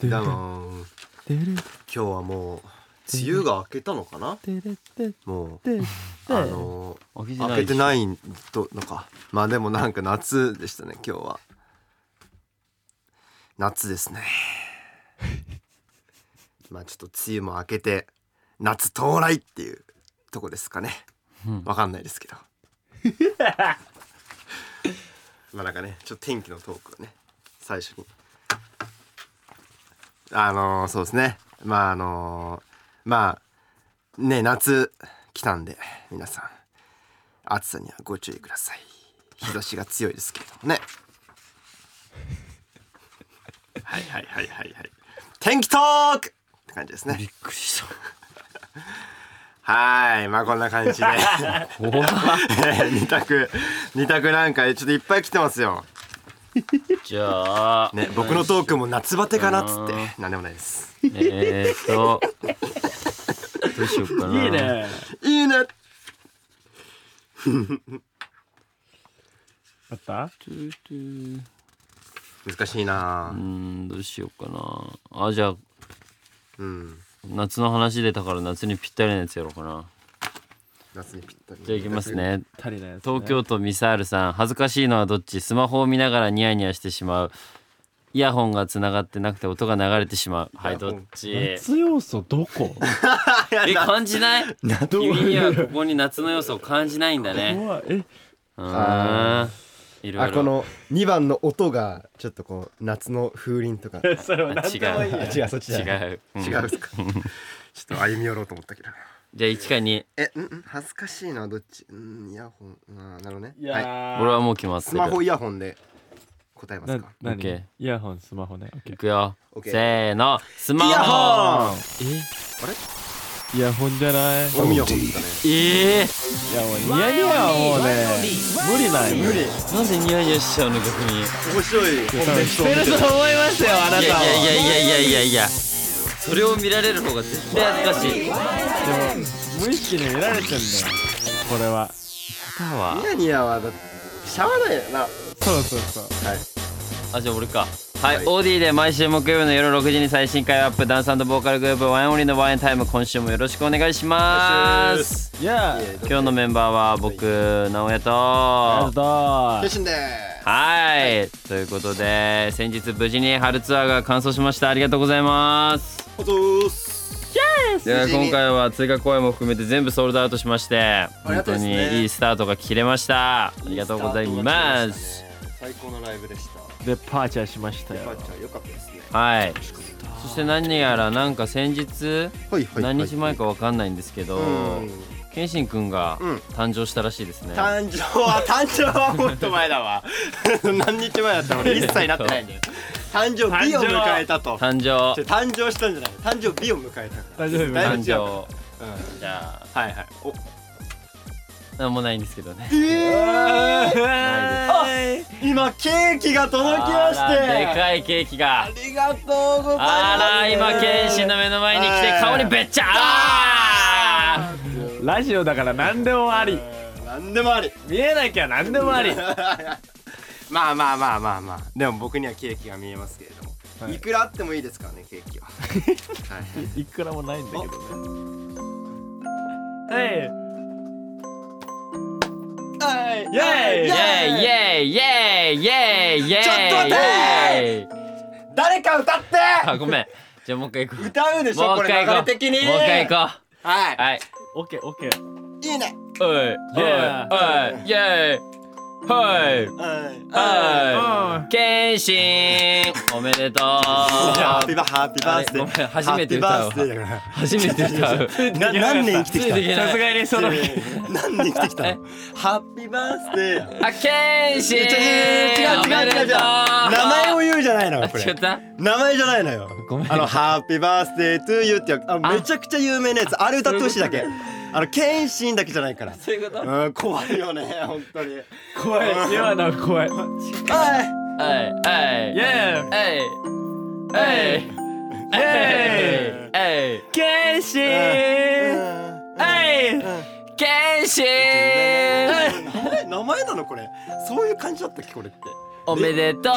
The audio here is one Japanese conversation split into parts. てだな今てれ日はもう梅雨が明けたのかなてれてもうててあの開けてな明いけてないとのかまあでもなんか夏でしたね今日は夏ですね まあちょっと梅雨も明けて夏到来っていうとこですかねうんわかんないですけど まあなんかねちょっと天気のトークをね最初にあのーそうですねまああのーまあね夏来たんで皆さん暑さにはご注意ください日差しが強いですけれどもねはいはいはいはいはい天気トークって感じですびねっくりしたはーいまあこんな感じで怖っ 二択二択なんかちょっといっぱい来てますよ、じゃあね、僕のトークも夏バテかなっつって何でもないですえーっとどうしようかないいね。いいねあったトゥートゥー難しいなうーぁんどうしようかなあじゃあうん夏の話出たから夏にぴったりなやつやろうかな夏にぴったりじゃあいきますね足りないやつね東京都ミサールさん恥ずかしいのはどっちスマホを見ながらニヤニヤしてしまうイヤホンがつながってなくて音が流れてしまうはいイヤホどンっちえ夏要素どこ感じないなど君にはここに夏の要素を感じないんだねえうーんいろいろの2番の音がちょっとこう夏の風鈴とか違それは何でもいいやあうそっ違う、うん違うですかちょっと歩み寄ろうと思ったけどじゃあ1か2えうんうん恥ずかしいのはどっちうんイヤホンあーなるほどねいやはい、ー俺はもう決まってスるマホイヤホンで答えますなか何 OK イヤホンスマホねオッケいくよ OK せーのスマイヤホホンーイヤホンじゃない俺もイヤホンだったねええいやもうニヤニヤはもうね無理ない無理ー、なんでニヤニヤしちゃうの逆に面白いコンテンツをしてると思いますよあなたはいやいやいやいやいやいやそれを見られる方が絶対恥ずかしいやでも無意識に見られてんだよこれはだわニヤニヤはだってしゃあないよなはそうそうそういあじゃあ俺かはい、はいオーディで毎週木曜日の夜6時に最新回アップダンスボーカルグループワンオンリーのワンエンタイム今週もよろしくお願いしますいやー今日のメンバーは僕直哉あとりがとうシンですはい、ということで先日無事に春ツアーが完走しましたありがとうございますおとーすいや無事に今回は追加公演も含めて全部ソールドアウトしましてりが本たい当ですねにいいスタートが切れましたありがとうございます最高のライブでしたデパーチャーしましたよパッチャー良かったですねはいそして何やらなんか先日はいはい何日前かわかんないんですけど謙信くんがうん誕生したらしいですね誕生は誕生はもっと前だ わ何日前だったの俺一切なってないんだよ誕生日を迎えたと誕生じゃ誕生したんじゃない誕生日を迎えたから大丈夫だい誕ぶ違う生うんじゃあはいはいおなんもないんですけどねえー、今ケーキが届きましてあらでかいケーキがありがとうございますあら今謙信の目の前に来て顔にべっちゃあラジオだから何でもあり何でもあり見えなきゃ何でもありまあまあまあまあまあでも僕にはケーキが見えますけれども、はいい、くらあってもいいですからねケーキははいいくらもないんだけどねはいイーエーイイェイイェイイェイイェイイェイちょっと待ってイェイ誰か歌ってあごめんじゃあもう一回行こう歌うでしょもこう一回れ流行これう的にもう一回行こはいうはいオッケーオッケーいいねおいおいおいイェイはいうんはい謙信おめでとうハッピーバハッピーバースデあれごめーん初めて歌うわハッピーバースデーだから初めて歌うな何年生きてきたついていけないさすがにその日何年生きてきたのハッピーバースデーやあ謙信違う違う違う違う違う名前を言うじゃないのよこ違っれた名前じゃないのよごめんあ の「ハッピーバースデートゥーユー」っていうあのあめちゃくちゃ有名なやつあれ歌ってほしいだけあの謙信だけじゃないからそういうことうん怖いよね本当に怖い今のは怖いはいはいはいイエーイえいえいえいえいケンシーはい謙信名前名前なの これそういう感じだったっけこれっておめでとう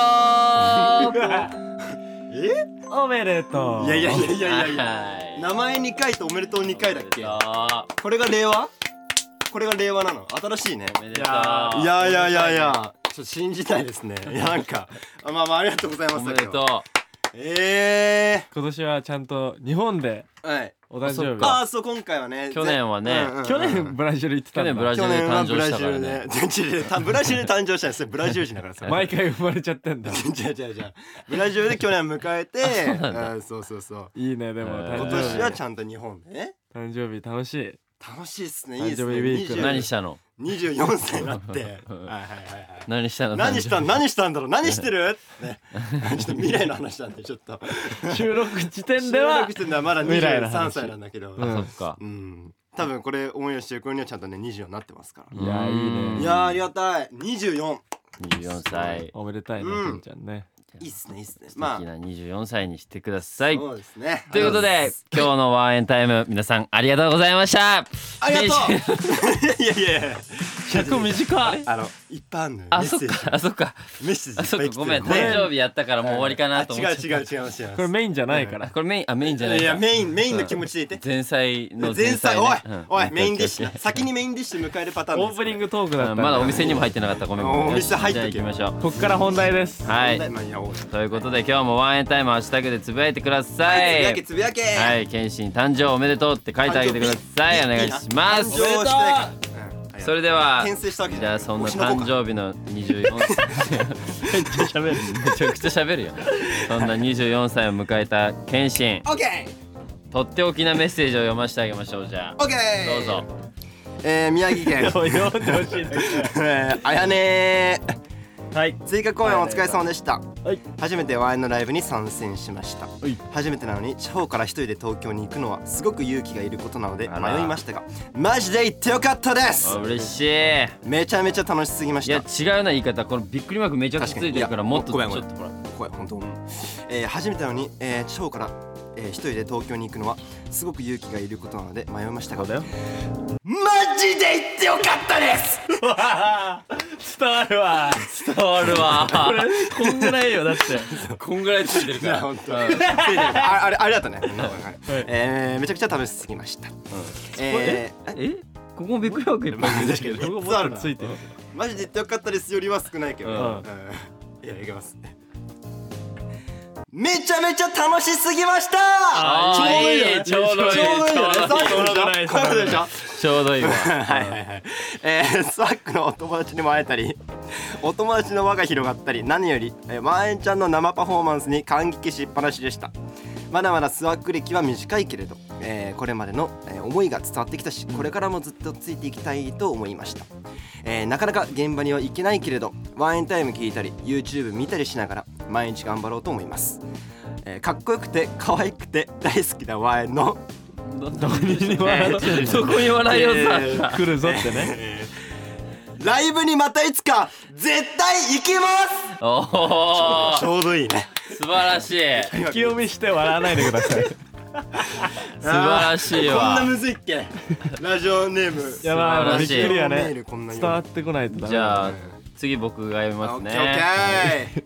いおめでとういやいやいやいやいやはい名前2回とおめでとう2回だっけおこれが令和これが令和なの新しいねめでとうおめでとういやいやいやいやちょっと信じたいですねいやなんかあまあまあありがとうございますおめでとうえ今年はちゃんと日本でえはいお誕生日ああそう今回はね去年はねうんうんうん去年ブラジル行ってたんだ去年ブラジ去年はブラジルブラね違う違うブラジルで誕生したんですよブラジル人だからさ毎回生まれちゃってんだ違う違う違うブラジルで去年迎えてうんそうそうそういいねでもえー今誕年は生日ちゃんと日本でね誕生日楽しい楽しいっすねいい誕です生ね日ウィーク20何したの24歳になってはいうんはいはいはい何したの何したのん何したんだろう何してる、ね、ちょっと未来の話なんでちょっと収録時点では収録してるのはまだ未来の23話歳なんだけど、ううんんそっか多分これオンエアしてる頃にはちゃんとね24になってますから、いやいいねいやーありがたい24 24歳おめでたいねうんけんちゃんねいいっすねいいっすね素敵まあな24歳にしてくださいそうですねということで今日のワンエンタイム皆さんありがとうございましたあり がと先週ういやいやいや尺短いあのいっぱいあるのよあメッそっセージかあそっかメッセーあジそっいかっぱごい来めんてる誕生日やったからもう終わりかなと思っあて違う違う違います違いますこれメインじゃないからこれメインあメインじゃないいやかメインメインの気持ちでいて前菜の前菜おいうんおいメインディッシオッケュー先にメインディッシュ迎えるパターンオでーすプニングトークだったうんんだまだお店にも入ってなかったごめんおよし店入っとけよじゃあ行きましょこっから本題ですうはいまあいやおいということで今日もワンエンタイムハッシュタグでつぶやいてくださつぶやいけつぶやけはい、謙信誕生おめでとうって書いてあげてください。お願いしま誕生す。してないからうんそれでは、転生したわけじじゃゃあいそんな推しの子誕か生日の24歳めっちゃ喋るめちゃくちゃ喋るよそんな24歳を迎えた謙信オッケーとっておきなメッセージを読ませてあげましょうじゃあオッケどうーぞえー宮城 県読んでほしいんだえーあやねーはい追加公演お疲れ様でしたはい初めてワインのライブに参戦しました初めてなのに地方から一人で東京に行くのはすごく勇気がいることなのであら迷いましたがマジで行ってよかったですあ嬉しいめちゃめちゃ楽しすぎましいやた違うな言い方このびっくりマークめちゃくちゃついてるか確からにもっといちやょっごめんとほら怖い本当、えー初めてなのに、えー地方から、えー一人で東京に行くのはすごく勇気がいることなので迷いましたがマジで行ってよかったです伝わるわ伝わるわこれこんぐらいよだってこんぐらいついてるから本当についてるああれあれだったね、はいえーめちゃくちゃ楽しすぎました、えーえここもびっくりマークいっぱいついてる確かに僕もっとついてるマジで言ってよかったですよりは少ないけど、うんうんいやいきますめちゃめちゃ楽しすぎましたあーちょうどいいよねいいちょうどいいちょうどいいよねちょうどいい最後でしょ最後でしょ ちょうどいいわはいはいはい、えー、スワックのお友達にも会えたりお友達の輪が広がったり何より、えー、マーエンちゃんの生パフォーマンスに感激しっぱなしでしたまだまだスワック歴は短いけれど、えーこれまでの、えー思いが伝わってきたしこれからもずっとついていきたいと思いました、えーなかなか現場には行けないけれどワンエンタイム聞いたり YouTube 見たりしながら毎日頑張ろうと思います、えーかっこよくて可愛くて大好きなワンエンのどに笑うえそこに笑いをさ、えー来るぞってねライブにまたいつか絶対行きまおおすちょうどいいね素晴らしい気読みして笑わないでください素晴らしいわこんなむずいっけラジオネームいやばい素晴らびしっいくりやメーねルこんなに伝わってこないとダメじゃあ次僕が読みますオッケーオッケね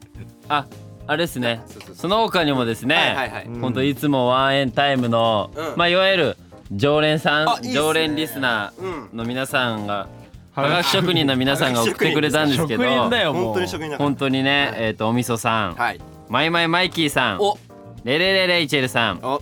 ああれですねそうそうそうその他にもですーはいねはいはい本当いつもワンエンタイムのうんまあいわゆる常連あいさいんっすね常連リスナうーの皆さんがはががき職人の皆さんが送ってくれたんです職けど人だよもう本当に職人だから本当にねえっとおみそさんはいマイマイマイキーさんおレレレレイチェルさんフおォ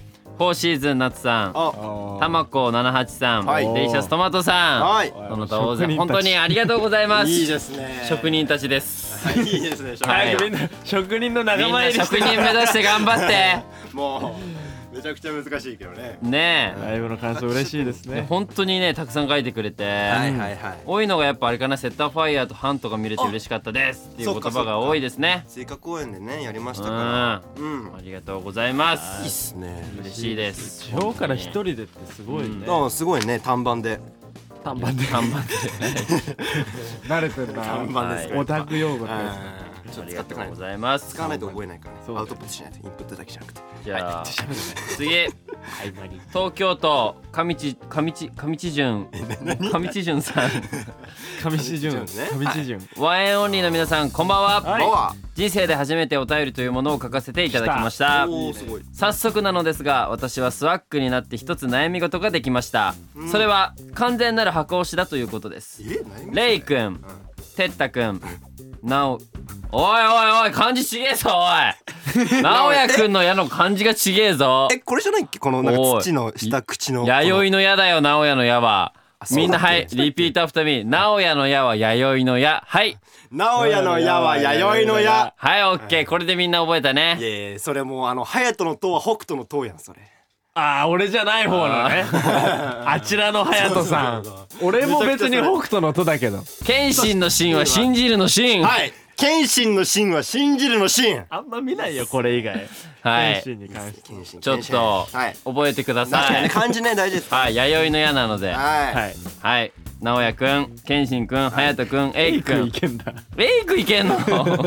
ーシーズン夏さんおあたまこ78さんはいデリシャストマトさんはいその他大勢職人たち本当にありがとうございます。いいですね職人たちです。はいいいですね職人はい早くみんな職人のみ仲間んな入りし職て人目指して頑張 っもうめちゃくちゃ難しいけどねて。ねライブの感想嬉しいですえ。ね本当にねたくさん書いてくれて、はいはい多いのがやっぱあれかなセッターファイヤーとハントが見れて嬉しかったですっていうそ言っか葉が多いですね。追加公演でねやりましうたん、からあうんりがとうございます。っすね嬉しいです。地方から一人でってすごいねあすごいね短版で頑張って。慣れてんな短版ですオタク用語うんちょっとあり使がってとかなういごとざいます使わないと覚えないからねそうアウトプットしないとインプットだけじゃなくてじゃあ次いまり東京都上地上地上地潤上地潤さん上地潤上地潤ね上地潤ワンエンオンリーの皆さんこんばんは、はいパワ人生で初めてお便りというものを書かせていただきましたーおおすごい早速なのですが私はスワックになって一つ悩み事ができました、それは完全なる箱押しだということですえ何レイくん、てったくん、なお、おいおいおい、漢字ちげえぞ、お い。なおやくんの矢の漢字がちげえぞ。えこれじゃないっけこのなんおかい土の下口の弥生の矢だよ、なおやの矢は。そうだっけみんなはい、リピートアフタミー。なおやの矢は弥生の矢。はい。直哉の矢は弥生の矢はい、オッケー。これでみんな覚えたいね。やいやそれもうあの隼人の塔は北斗の塔やんそれああ俺じゃない方のね あちらの隼人さん俺も別に北斗の都だけど謙信の信は信じるの信。はい謙信の信は信じるの信あんま見ないよこれ以外は謙い。信に関して謙信ちょっとはい、覚えてくだ確かさにい。漢字ね大事ですはい、弥生の矢なので。ははいはい。なおやくん、謙信くん、隼人くん、エイくくんい。けんだレイクいけんの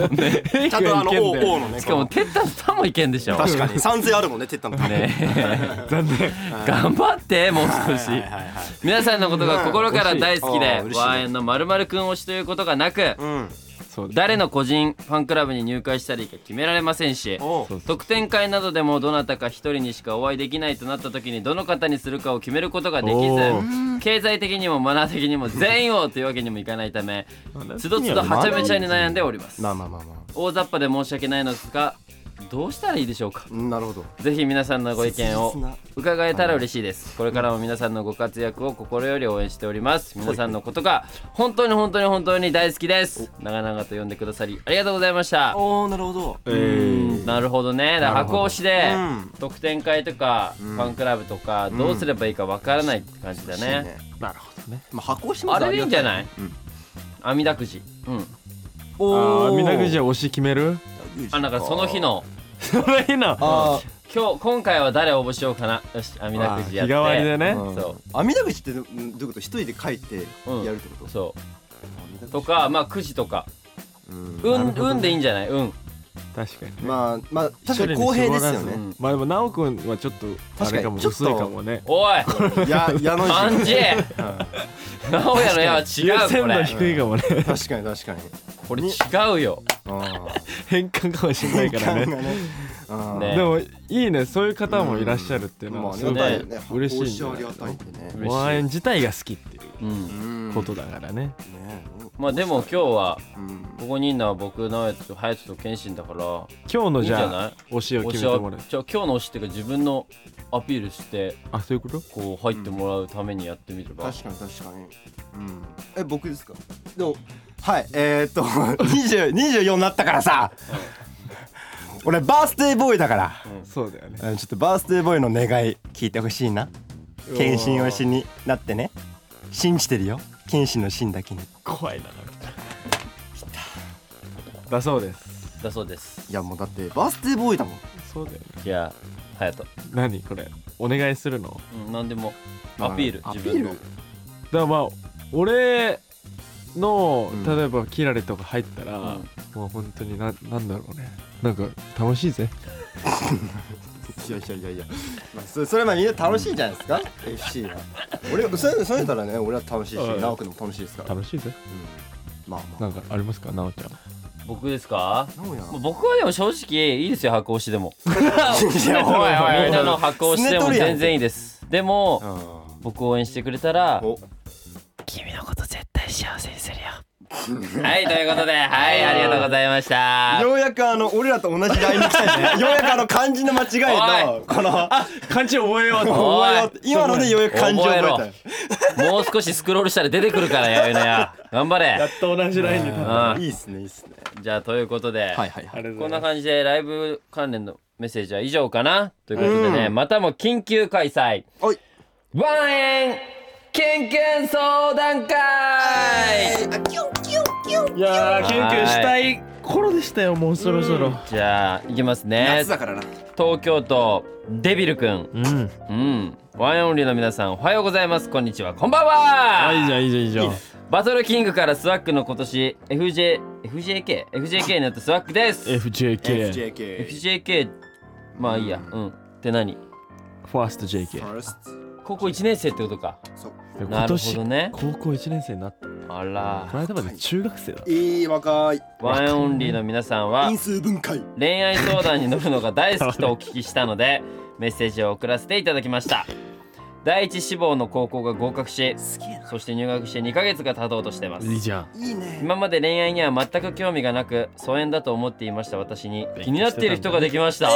ねいちゃんとあのいけんだよ O のねしかもテッタさんもいけんでしょ確かに賛成あるもんねてったのねえ残念頑張 ってもう少しはいはいはい皆さんのことが心から大好きうんで嬉しいあー嬉しいねワンエンのまるくん推しということがなくうんそうだ誰の個人ファンクラブに入会したりか決められませんしおうそう特典会などでもどなたか一人にしかお会いできないとなった時にどの方にするかを決めることができずお経済的にもマナー的にも全員をというわけにもいかないためつどつどはちゃめちゃに悩んでおりますまあまあまあま大雑把で申し訳ないのですがどうしたらいいでしょうかあなるほどぜひ皆さんのご意見切実をな伺えたら嬉しいですこれからも皆さんのご活躍を心より応援しております皆さんのことが本当に本当に本当に大好きです長々と呼んでくださりありがとうございましたおおなるほどえうんーなるほどねだからなるほど箱押しでうん特典会とかファンクラブとかどうすればいいかわからないって感じだねなるほどねまあ箱押しまあずれでいいんじゃいない網だくじうんあおーおみなぐじは推し決めるあなんかその日のその日のあ今日今回は誰応募しようかなよし網だくじやってあー日替わりでねうんそ網田口ってどどういうこと一人で書いてうんやるってこうとそう網田口とかまあくじとかうんうなるほんどね運でいいんじゃないうん確かにまあまあ確かに公平ですようねんまあでも奈くんはちょっとあれか確かもにち薄ょっいとかもねおいや矢の字漢字 直哉の矢は違うこ線度れ低いかもね確 かに確かにこれ違うよあ変換かもしれないからねあねでもいいねそういう方もいらっしゃるっていうのまあはあすりごがたいいよね嬉しい箱押しんだよありがたいんでね嬉しいワンエン自体が好きっていううんうんことだからねねまあでも今日はうんここにいるのは僕直哉と隼人と謙信だから今日のじいいんじゃなゃいあ推しを推決しめてはもらうじゃあ今日の推しっていうか自分のアピールしてあそういうことこう入ってもらうためにやってみれば確かに確かにうんえ僕ですかでもはいえー、っと 20 24になったからさ俺バースデーボーイだからそうだよねうんちょっとバースデーボーイの願い聞いてほしいな献身推しになってね信じてるよ謙信の信だけに怖いなだそうですだそうですいやもうだってバースデーボーイだもんそうだよねじゃあ隼何これお願いするの人うん何でもアピールアピ自分ーのルだからまあ俺のうん例えばキラレとか入ったら、うんもう本当にななんだろうねなんか楽しいぜいやいやいやいや、まあ、そそれはみんな楽しいんじゃないですか FC は俺それそれたらね俺は楽しいしはい直くんも楽しいですから、うん、楽しいぜまあまなんかありますかなおちゃん僕ですかあ直哉まあ僕はでも正直いいですよ箱押しでもいやおいおいおいみんなの箱押しですねもとるやん全然いいですでもう僕応援してくれたらんお君のこと絶対幸せにするよ はいということではいありがとうございましたようやくあの俺らと同じラインに来た よねようやくあの漢字の間違いのこの漢字覚えようとお前は今のでようやく漢字を覚えたよ覚もう少しスクロールしたら出てくるからやめなや頑張やれっと同じラインに立っあーいいっすねいいっすねじゃあということで、はいはいはたあいれこんだな感じでライブ関連のメッセージは以上かなということでね、またも緊急開催おいワンエン緊急相談会いやーキュンキュンしたい頃でしたよもうそろそろじゃあいきますね夏だからな東京都デビルくんうん、うん、うんワンエンオンリーの皆さんおはようございますこんにちはこんばんはあいいじゃんいいじゃんいいじゃんバトルキングからスワックの今年 FJ FJK FJK になったスワックです。 FJK FJK FJK まあいいや。うん。って何？ファースト JK First 高校一年生ってことか。そうなるほどね。高校1年生になったあこら。の間まで中学生だいい若いワンオンリーの皆さんは因数分解恋愛相談に乗るのが大好きとお聞きしたのでメッセージを送らせていただきました第一志望の高校が合格しすげえなそして入学して2ヶ月が経とうとしてますいいじゃんいいね今まで恋愛には全く興味がなく疎遠だと思っていました私に気になっている人ができました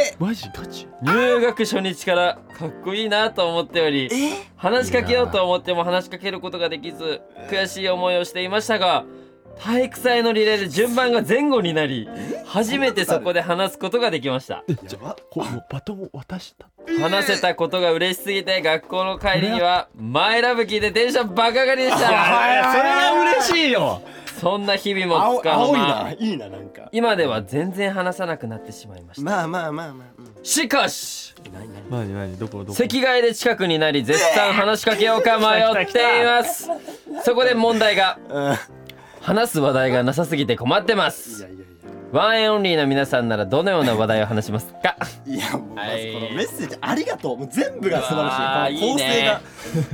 えマジガチ入学初日からかっこいいなと思っておりぐいえ話しかけようと思っても話しかけることができず悔しい思いをしていましたが体育祭のリレーで順番が前後になり初めてそこで話すことができましたやばこうもうバトンを渡した話せたことが嬉しすぎて学校の帰りには「マイラブ」聞いて電車バカ狩りでしいたやそれは嬉しいよそんな日々もつ青かの青い間ないいななんか今では全然話さなくなってしまいましたまあまあまあまあうんしかし何何なになにどこどこ席替えで近くになり絶賛話しかけようか迷っていますそこで問題がうん話す話題がなさすぎて困ってまいすやいやいやワンエンオンリーの皆さんならどのような話題を話しますかいやもうまずこはいのメッセージありがとうもう全部が素晴らしいこうのわー構成がい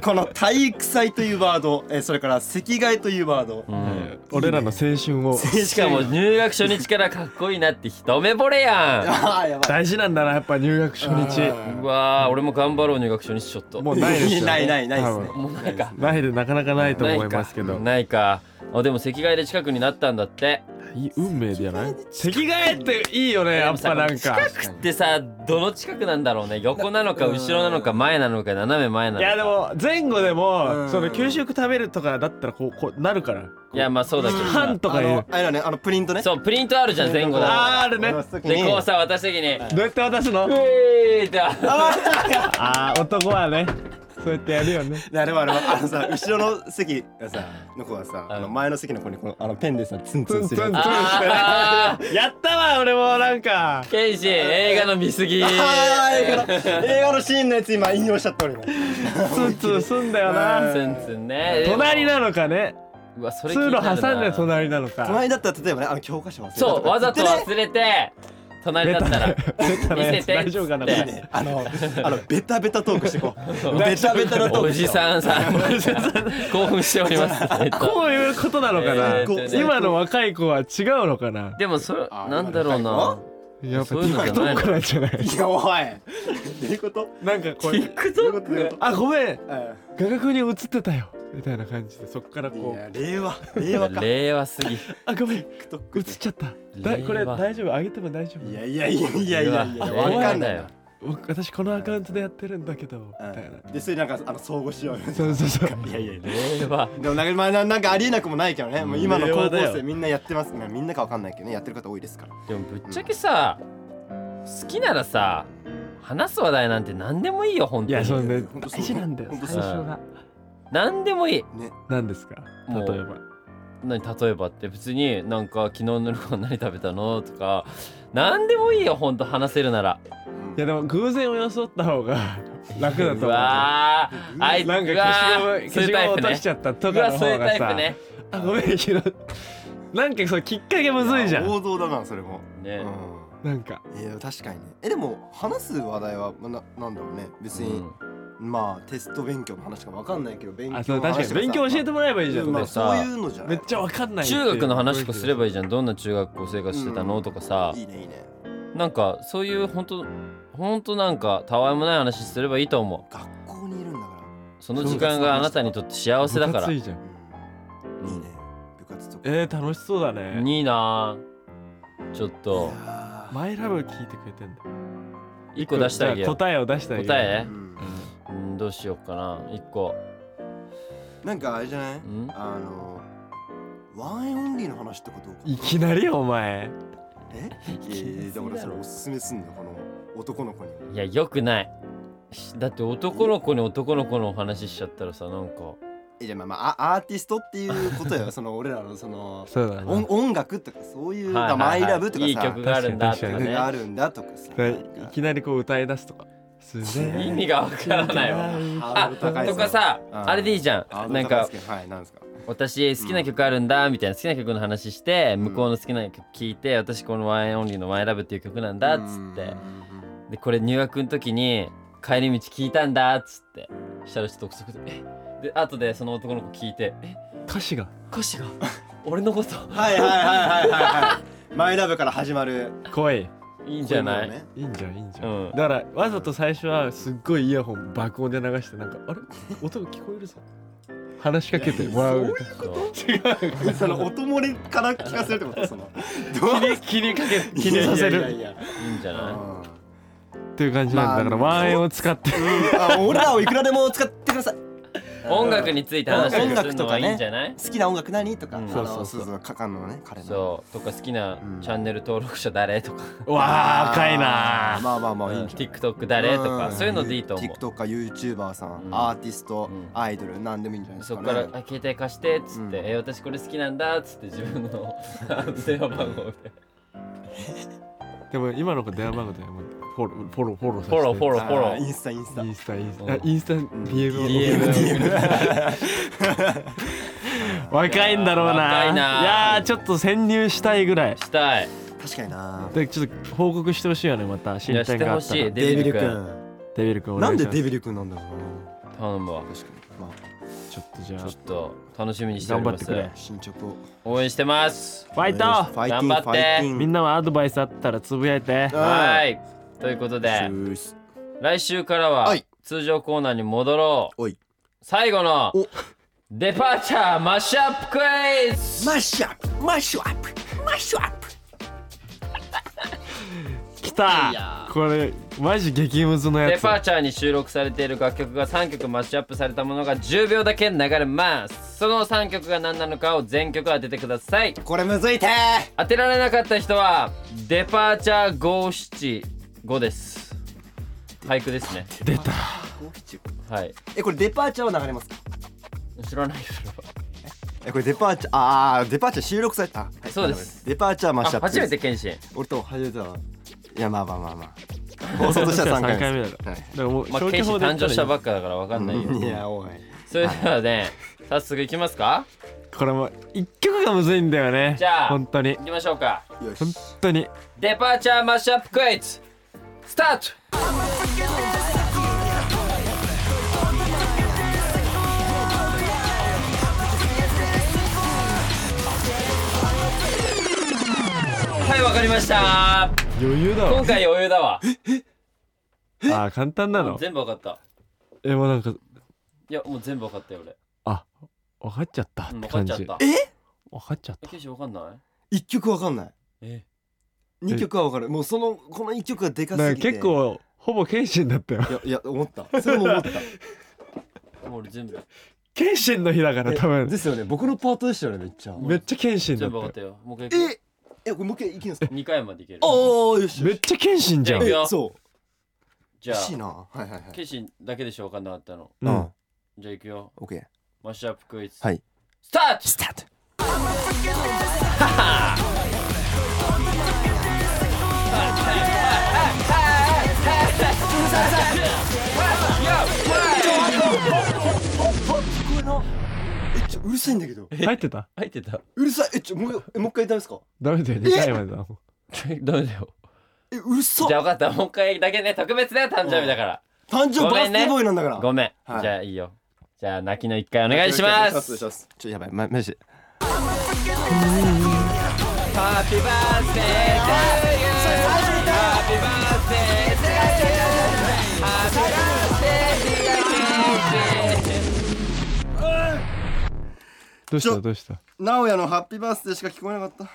この体育祭というワードえーそれから席替えというワードん俺らの青春をししかも入学初日からかっこいいなって一目惚れやああやばい大事なんだなやっぱ入学初日んうわー俺も頑張ろう入学初日ちょっとももうないですよないないないですね多分うないかないでなかなかないと思いますけどないかあでも席替えで近くになったんだっていい運命じゃない席替えっていいよねやっぱなんか近くってさどの近くなんだろうね横なのか後ろなのか前なのか斜め前なのいかやでも前後でうもんその給食食べるとかだったらこうこうなるからいやまあそうだけどさ半とあかいうのあれだねあのプリントねそうプリントあるじゃん前後だあーあるね渡す時にでこうさ渡す時にどうやって渡す「うのえーい!」ってああー男はねそうやってやるよねあれはあれはあのさ後ろの席がさの子がさあのうん前の席の子にこのあのペンでさツンツンするやつツンツンあーやったわ俺もなんか ケイジ映画の見過ぎあー映画の映画のシーンのやつ今引用しちゃった俺今ツンツンすんだよなツンツンね隣のなのかねうわそれ気通にな路るな挟んで隣なのか隣だったら例えばねあの教科書忘れたとかそうわざと忘れて隣だったらベタなや見つせて大丈夫かなってこいいれねあのあのベタベタトークしてこそううベタベタのトークおじんさんさ 興奮しておりますえっとこういうことなのかなえーこう今の若い子は違うのかなでもそれあなんだろうなやっぱそういうのじゃ TikTok ないのなんじゃないいやおいどういうことなんかこういうどういうことどういうことあごめんうん画角に映ってたよみたいな感じでそっからいこうや令和令和か令和すぎあごめん映っ TikTok ってちゃっただ令和これ大丈夫あげても大丈い夫やいやいやいやいやいや令わ和かんないな僕私このアカウントでやってるんだけどみうたんいなでそれなんかあの相互しようよそうそうそういやいやいや令和でもなんか,、まあ、ななんかありえなくもないけどね、もう今の令高和だよ校生みんなやってますねみんなかわかんないけどねやってる方多いですからでもぶっちゃけさ好きならさ話す話題なんて何でもいいよ本い当やそうにねほんとそう大事なんだよほんと最そ初うが何でもいいね何ですか例もえうば何例えばって別になんか昨日の夜ご飯何食べたのとか何でもいいよほんと話せるならいやでも偶然を装った方 が楽だと思ううわうーんあいつなんかうわ消ーしゴム 消そういしゴうムタイプ落とねしちゃったとうかわのそうい方うがタイさプねあごめんけどなんかそのきっかけむずいじゃいやん王道だなそれも、ねうなんかんいや確かにねえでも話す話題はまあななんだろうね別に、まあテスト勉強の話かわかんないけど勉強あのそう確かに勉強教えてももらえばいいじゃんまあねそういうのじゃなめいっちゃわかんないっていう中学の話とかすればいいじゃんどんな中学校生活してたのうんとかさいいねいいねなんかそういうほんとほんとなんかたわいもない話すればいいと思学校にいるんだから、うその時間があなたにとって幸せだか部ら活いいじゃんうん、いいね部活とかえー、楽しそうだねいいなーちょっといやーマイラブ聞いてくれてんだ一個出してあげよう答えを出してあげよう答えうんうんどうしようかな一個なんかあれじゃないんあのワンエンオンリーの話とかどうかいきなりお前えいきなりえだからそれおすすめすんのこの男の子にいやよくないしだって男の子に男の子のお話ししちゃったらさなんかえじゃあまあまああアーティストっていうこと よその俺らのそのそうだ音な音楽とかそういう、はいはいはいマイラブとかさいい曲があるんだとか曲確かにがあねるんだとかさいきなりこう歌い出すとか意味がわからないわあとかさうんあれでいいじゃあんなん高いかっすけどはいなんですか私好きな曲あるんだみたいな好きな曲の話して向こうの好きな曲聞いて私このワンエンオンリーの「マイラブっていう曲なんだっつってでこれ入学の時に帰り道聞いたんだっつってしたらちょっと憶測で「えで後でその男の子聞いて「え歌詞が歌詞が 俺のことはいはいはいはいはいはいマイラブから始まる怖いいいんじゃない、こううのねいいんじゃんいいんじゃん、うんだからわざと最初はすっごいイヤホン爆音で流してなんかあれ音が聞こえるぞ話しかけてもらうみたいなそうその音漏れから聞かせるってこと その切りかけ気切りさせるいいんじゃないっていう感じなんだ、だからまあワンエンを使ってあ俺らをいくらでも使ってください 音楽について話をするのはいいんじゃない、好きな音楽何とか、うんあのそうそうそうそうかかんのね彼のそうとか好きなうんチャンネル登録者誰とか、うわー赤いあーなまあまあまあいいんじゃない TikTok 誰とかんそういうのでいいと思う TikTok か YouTuber さん、うんアーティスト、うんアイドルなんでもいいんじゃないですそか、っね、からあ携帯貸してっつって、うんえ私これ好きなんだっつって自分の 電話番号でーでも今の子電話番号でもうフォローフォローフォローさせてフォローフォローフォロあーイーンスタインスタインスタインスうタんインスタ DM を DM 若いんだろうな若いないやーちょっと潜入したいぐらいしたい確かになでちょっと報告してほしいよねまたい進やし展てがあほったしらいデビル君んデビル君おなん願いしでますデビル君なんだろうな頼むわ確かにまあちょっとじゃちょっあと楽しみにしております頑張って進捗を応援してますファイお願いしますトファイティン頑張ってファイティンみんなはアドバイスあったらつぶやいてうんはいということでよし来週からははい通常コーナーに戻ろう、おい最後のおデパーチャーマッシュアップクイズマッシュアップマッシュアップマッシュアップきいやたこれマジ激ムズのやデつパーチャーに収録されている楽曲が3曲マッシュアップされたものが10秒だけ流れますその3曲が何なのかを全曲当ててくださいこれむずいて当てられなかった人はデパーチャー575です俳句ですね出たはいえこれデパーチャーは流れますか知らないそれはえこれデパーチャーあーデパーチャー収録された、はそうですデパーチャーマッシュあアップ初めて謙信俺と初めてだわいやまあまあまあまあ放送としては3回三回目だろ、はいでももうまあ消去謙信法で誕言ったら生いしいたばっかだからわかんないよいやおいそれではね早速いきますかこれも一曲がむずいんだよねじゃあ本当にいきましょうかよし本当にデパーチャーマッシュアップクイズスタートはいわかりました余裕だ今わ回余裕だあわー簡単なの全部わかったえもうなんかいやもう全部わかったよ俺あ分かっちゃったっうんてわかっ感ちじゃったえ分かっちゃっケイシわかんない一曲わかんないえ二曲はわかるもうそのこの一曲がでたかなすんぎかて結構ほぼ謙信だったよいやいや思ったそれも思ったもう俺全部 謙信の日だから多分ですよね僕のパートでしたよねめっちゃめっちゃ謙信だ全っ部わかったたよよもう一回ええこれもう一回いけるんですか2回までいけるおおよしめっちゃ謙信じゃんいくえよそうじゃ嬉しいあなはいはいはいケイシだけでしょわかんなかったのうんうんじゃあいくよオッケーマッシュアップクイズはいスタートスタートこれなえちょうるさいんだけど入ってた入ってたうるさいえちょもう一回えもう一回ダメですかダメだよ2回までだもんダメだよえうるさじゃあ分かったもう一回だけね特別だよ誕生日だから誕生ごバーめスんデねーボーイなんだからごめん、はいじゃあいいよじゃあ泣きの一回お願いしまお願いすしますちょやばいまマジでハッピーバースデーハッピーバースデーハッピーバースデーどうしちょたどうした直哉のハッピーバースデーしか聞こえなかった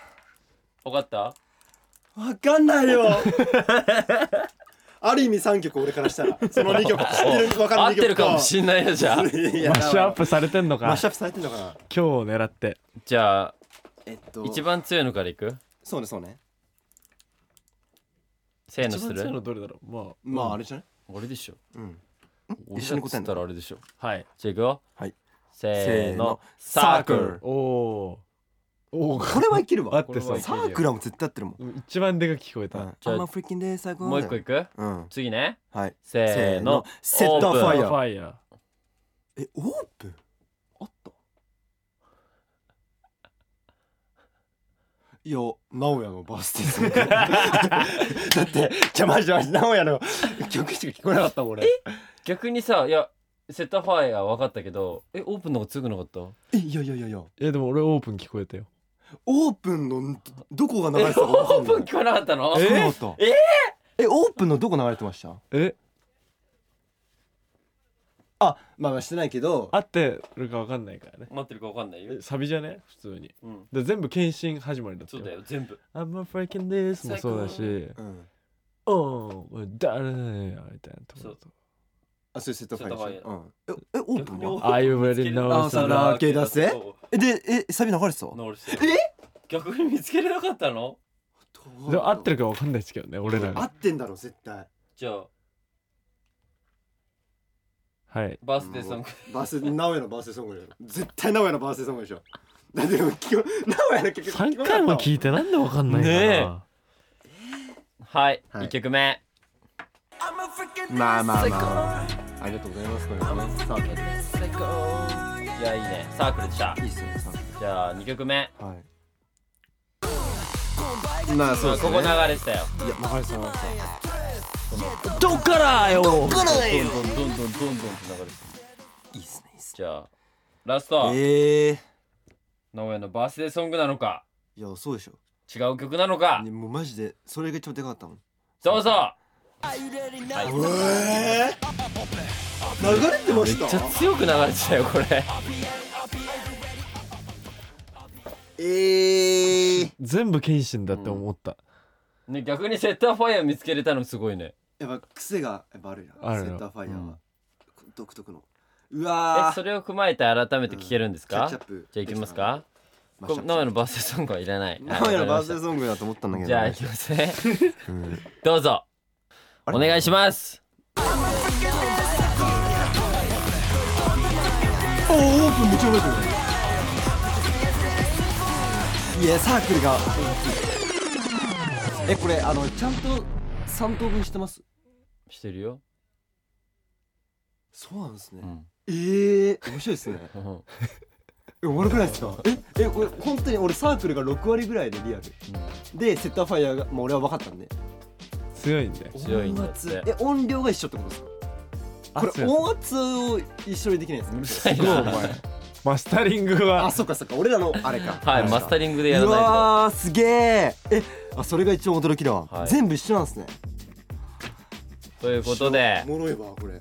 分かったわかんないよ ある意味三曲俺からしたらその二曲聞いてるわかん合なっい曲てるかもしんないよじゃあいやマッシュアッマプされてんのかッシュアッ今プされてんのかな日を狙ってじゃあえっと一番強いのからいくそうねそうねせーのす一番強いるのどれだろうまあまああれじゃない俺でしょうん俺一緒に答えんのだっつったらあれでしょはいじゃあいくよはいせーのせーのサークルおおおおこれはいけるあわってさこれはいけサークラも絶対合ってるもん、一番でかく聞こえうんた、じゃあ I'm a freaking day 最高もう一個いくうん次ねはいせーのせーのセットオープンファイヤーファイヤえオープンあったいや直哉のバースデーソング だってじゃあマジでマジで直哉の曲しか聞こえなかったもん俺逆にさいやセットファイヤー分かったけどえオープンの方が強くなかったえいやいやいやいやーいやでも俺オープン聞こえたよオープンのどこが流えれてたかわかオんーないプン聞こえなかったのええー、ええオープンのどこ流れてましたえあまあまあしてないけど合ってるか分かんないからね待ってるか分かんないよえサビじゃね普通にうんで全部検診始まりだったそうだよ全部 I'm a freaking this もそうだしうんおー誰だよみたいなとこだとあそれセットファイヤーでしょうセんええオープンは You already know あそうだ系だぜそうえでえサビ流れてたノールしてる逆に見つけれなかったのでも合ってるるか分かんないですけどね俺ら合がってんだろ絶対じゃあはいバースデーソングバース名古屋のバースデーソングでしょ絶対名古屋のバースデーソングでしょだってでも聞こ名古屋の曲3回も聞いててなんで分かんないかな、ねはいはい一曲目まあまあまあありがとうございますこれはねさあいやいいねサークルでしたいいっすねさじゃあ二曲目あはいまあそうですこねこ流れてたよいや流れてた流れてどっからよどんどんどんどんどんどんって流れてたたいいっすねいいっすじゃあラストねええノーエのバースデーソングなのかいやそうでしょ違う曲なのかねもうマジでそれが一番でかかったもんそうそうええ流れてまめっちゃ強く流れてたよこれええ全部謙信だって思った、ね逆にセットアファイア見つけれたのすごいねやっぱ癖がやっぱ悪いなあるセなンターファイヤーは、独特のうえわーそれを踏まえて改めて聴けるんですか、うんキじャッゃチアップあいきますかマこッシュアップ名古屋のバースデーソングはい らない名古屋のバースデーンソングだと思ったんだけどねじゃあいきますねうんどうぞあれお願いしますおーオープンめっちゃ面白いいやサークルがえこれあのちゃんと3等分してますしてるよ、そうなんですね、うんええー、面白いですねうんえおもろくないですかええこれ本当に俺サークルが6割ぐらいでリアルでセッターファイヤーがもう俺は分かったんで強いんで強いんだっ音て圧え音量が一緒ってことですかこれ音圧を一緒にできないんですかうるさいおな前マスタリングあはそっかそっか俺らのあれかはいマスタリリングでンやらうなわーすげええあそれが一応驚きだわ、はい全部一緒なんですねいとということでもろいわこれ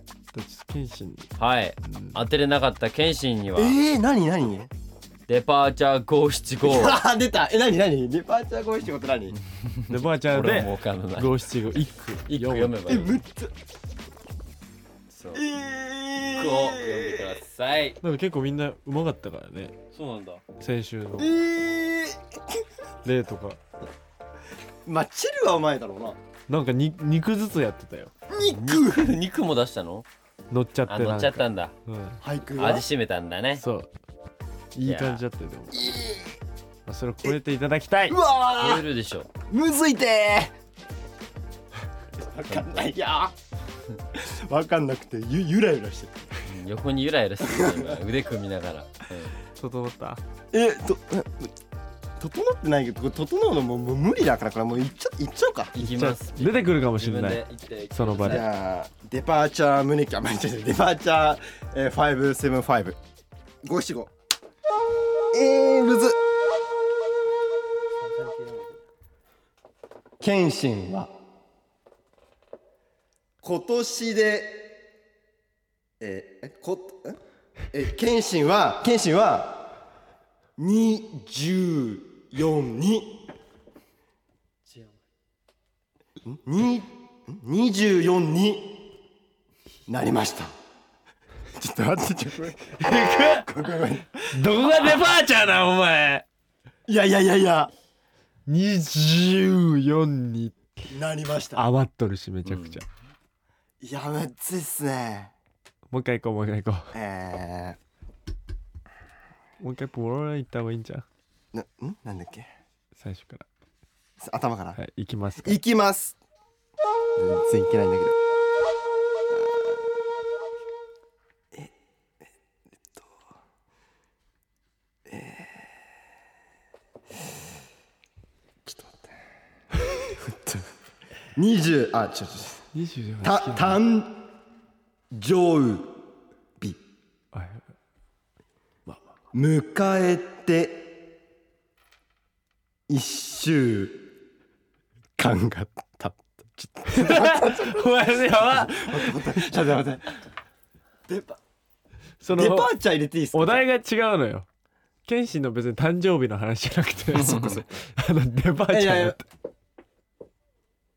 謙信はい当てれなかった謙信にはえー、何何デパーチャー575 あ出たえ何何デパーチャーこういう仕事何でばあちゃんこれもでうかんない五七五一句一個読めばいえいむっちゃそうえー一句を読んでくださいなんか結構みんなうまかったからねそうなんだ先週のえー、例とかまあチルはうまいだろうななんかに2句ずつやってたよ肉肉も出したの乗っちゃってあなんか乗っちゃったんだうん俳句は味しめたんだねそういい感じだったよでも、まあ、それを超えていただきたいうわ超えーるでしょむずいてーわかんないやー わかんなくてゆゆらゆらしてるうん横にゆらゆらしてる今腕組みながら、整ったえとえ整ってないけどこれ整うのももう無理だからこれもういっちゃいっちゃおうかうん、いきじゃあます出てくるかもし自れ分なでい行ってその場じでゃあデパーチャー胸キュンあ間違えたデパーチャー、えー、575 5七五えー、むずっ謙信は今年でえー、えこんえ謙信は謙信は24にに24になりましたちょっと待ってちょっと待ってごめんごめんどこがデパーチャーだお前 いやいやいやいや24になりました余っとるしめちゃくちゃ、いやめっちゃっすねもう一回行こうもう一回行こえうもう一回ポロロ行った方がいいんじゃんなんなんだっけ最初からさ頭から、はい行きますか行きます全然いけないんだけど ええっとえー、ちょっと待って20あちょちょ20でたは好きな誕生日はい迎えて一週間が経ったちょっとお前やばちょっと待ってデパそデパのーチャー入れていいですかお題が違うのよ謙信の別に誕生日の話じゃなくてそこそ あのデパーチャいやいーのや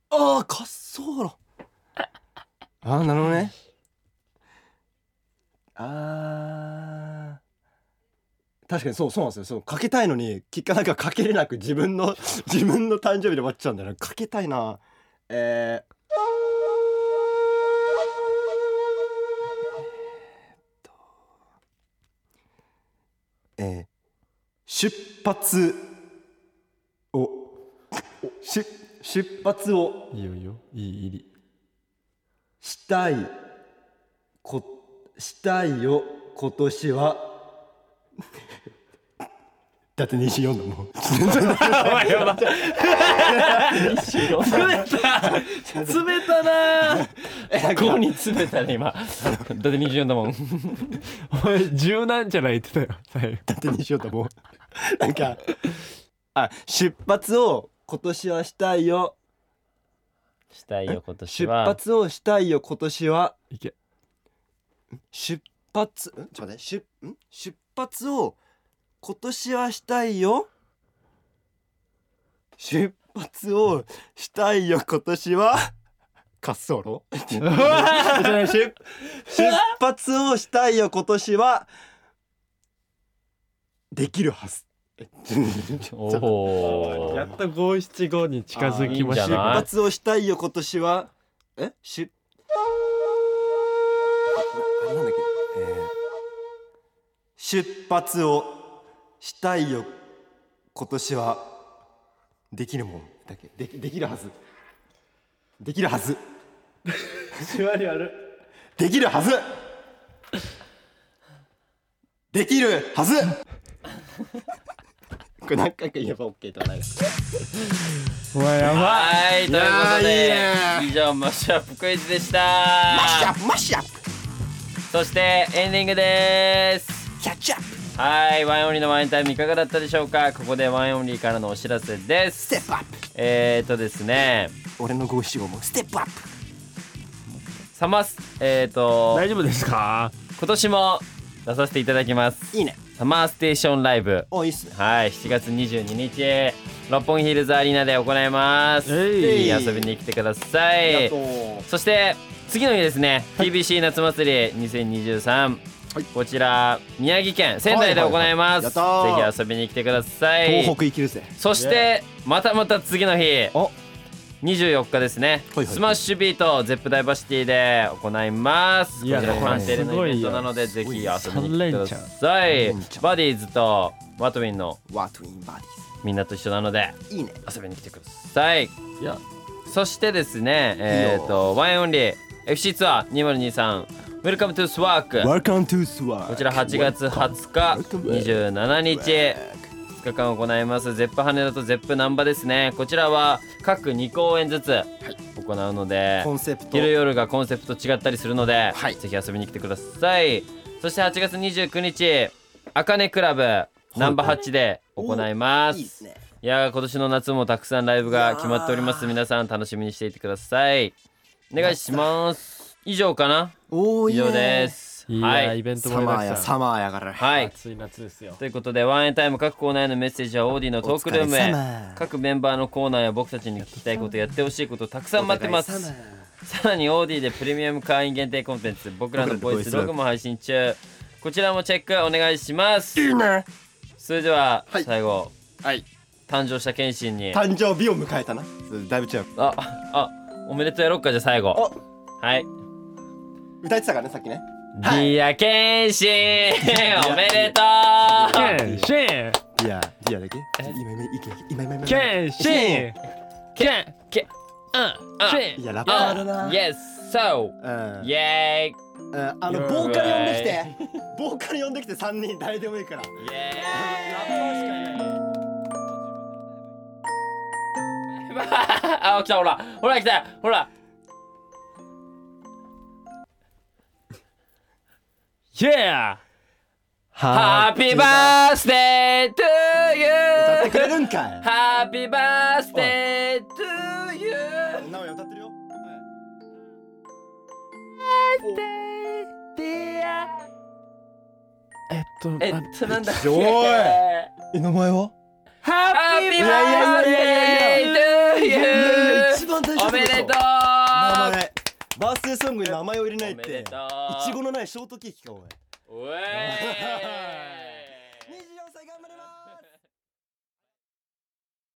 ああ滑走路ああなるほどねあー確かにそうそうなんですよそうかけたいのに結果なんかかけれなく自分の 自分の誕生日で終わっちゃうんだよなかけたいなえーえーっとえー出発を出出発をいいよいいよいい入りしたいこしたいよ今年は だって24だもん詰めた詰めたなーここに詰めたね今だって24だも んお前柔軟じゃないって言ってたよ最後だって24だもん なんかあ出発を今年はしたいよしたいよ今年出は発をしたいよ今年はいけ出発んちょっと待って出ん出発を今年はしたいよ出発をしたいよ今年は滑走路出出発をしたいよ今年はできるは ずおおやっと五七五に近づきましあーいいんじゃたない出発をしたいよ今年はえしあれなんだっけ、えー出発をしたいよ今年はできるもんだっけでできるはずできるはずできるはずできるはずこれ何回か言えば OK とはなるお前やばはいということいでやーいい以上マッシュアップクイズでしたマッシュアップマッシュアップそしてエンディングですキャッチアップはいワインオンリーのワインタイムいかがだったでしょうかここでワインオンリーからのお知らせでスすテップアップえーとですね俺の五七五もステップアップサマスえーと大丈夫ですか今年も出させていただきますいいねサマーステーションライブおいいっすねはい7月22日六本木ヒルズアリーナで行いますえいぜひ遊びに来てくださあいりがとうそして次の日ですね、TBC 夏祭りは2023、いこちら宮城県仙台で行います、はいはいはいやったーぜひ遊びに来てください東北行けるぜそしてまたまた次の日お24日ですね、はいはいスマッシュビートゼップダイバーシティで行いますいこやちらこフれァンテールのイベントなのですぜごひい遊びよに来てくださ三い連チャンバディーズとワトウィンのワートインバデみんなと一緒なのでィいいね遊びに来てくださいいやそしてですねえっ、とワインオンリー FC ツアー2023ウェルカムトゥスワーク Welcome to Swag こちら8月20日27日2日間行いますゼップ羽田とゼップ難波ですねこちらは各2公演ずつ行うので、コンセプト昼夜がコンセプト違ったりするので、はいぜひ遊びに来てくださいそして8月29日あかねクラブナンバー8で行います、いいっすねいやー今年の夏もたくさんライブが決まっております皆さん楽しみにしていてくださいお願いします以上かなおー以いいね上ですいはやイいベントサもマたーやくさんサマーやからはい暑い夏ですよということでワンエンタイム各コーナーへのメッセージはオーディのトークルームお疲れへ様各メンバーのコーナーや僕たちに聞きたいことやってほしいことたくさん待ってますお疲れ様さらにオーディでプレミアム会員限定コンテンツ僕らのボイスログも配信中こちらもチェックお願いしますいいねそれでははい最後はい誕生した謙信にあ誕生日を迎えたなそれだいぶ違うあおめでとうやろっかじゃあ最後おはい歌ってたからねさっきねディア謙信おめでとう謙信いやいやだけ今今息だけ今今今剣信信ケンケンうんうんいやラッパーだなイエスうソんーイエーイうんあのよーボーカル呼んできてボーカル呼んできて3人誰でもいいからイエーイ あ来たほらほら来たほらイエーハッピーバースデートゥーユ歌ってくれーるんかいハッピーバースデートゥーユー名古屋歌ってるよ Dear えっとえっあとなんだっけおいハえ名前はッピーいやバーいスやいデーいやいやト一番大ゥー事ユーおめでと名う前バースデーソングに名前を入れないっおめてでとういちごのないショートケーキかお前うえーい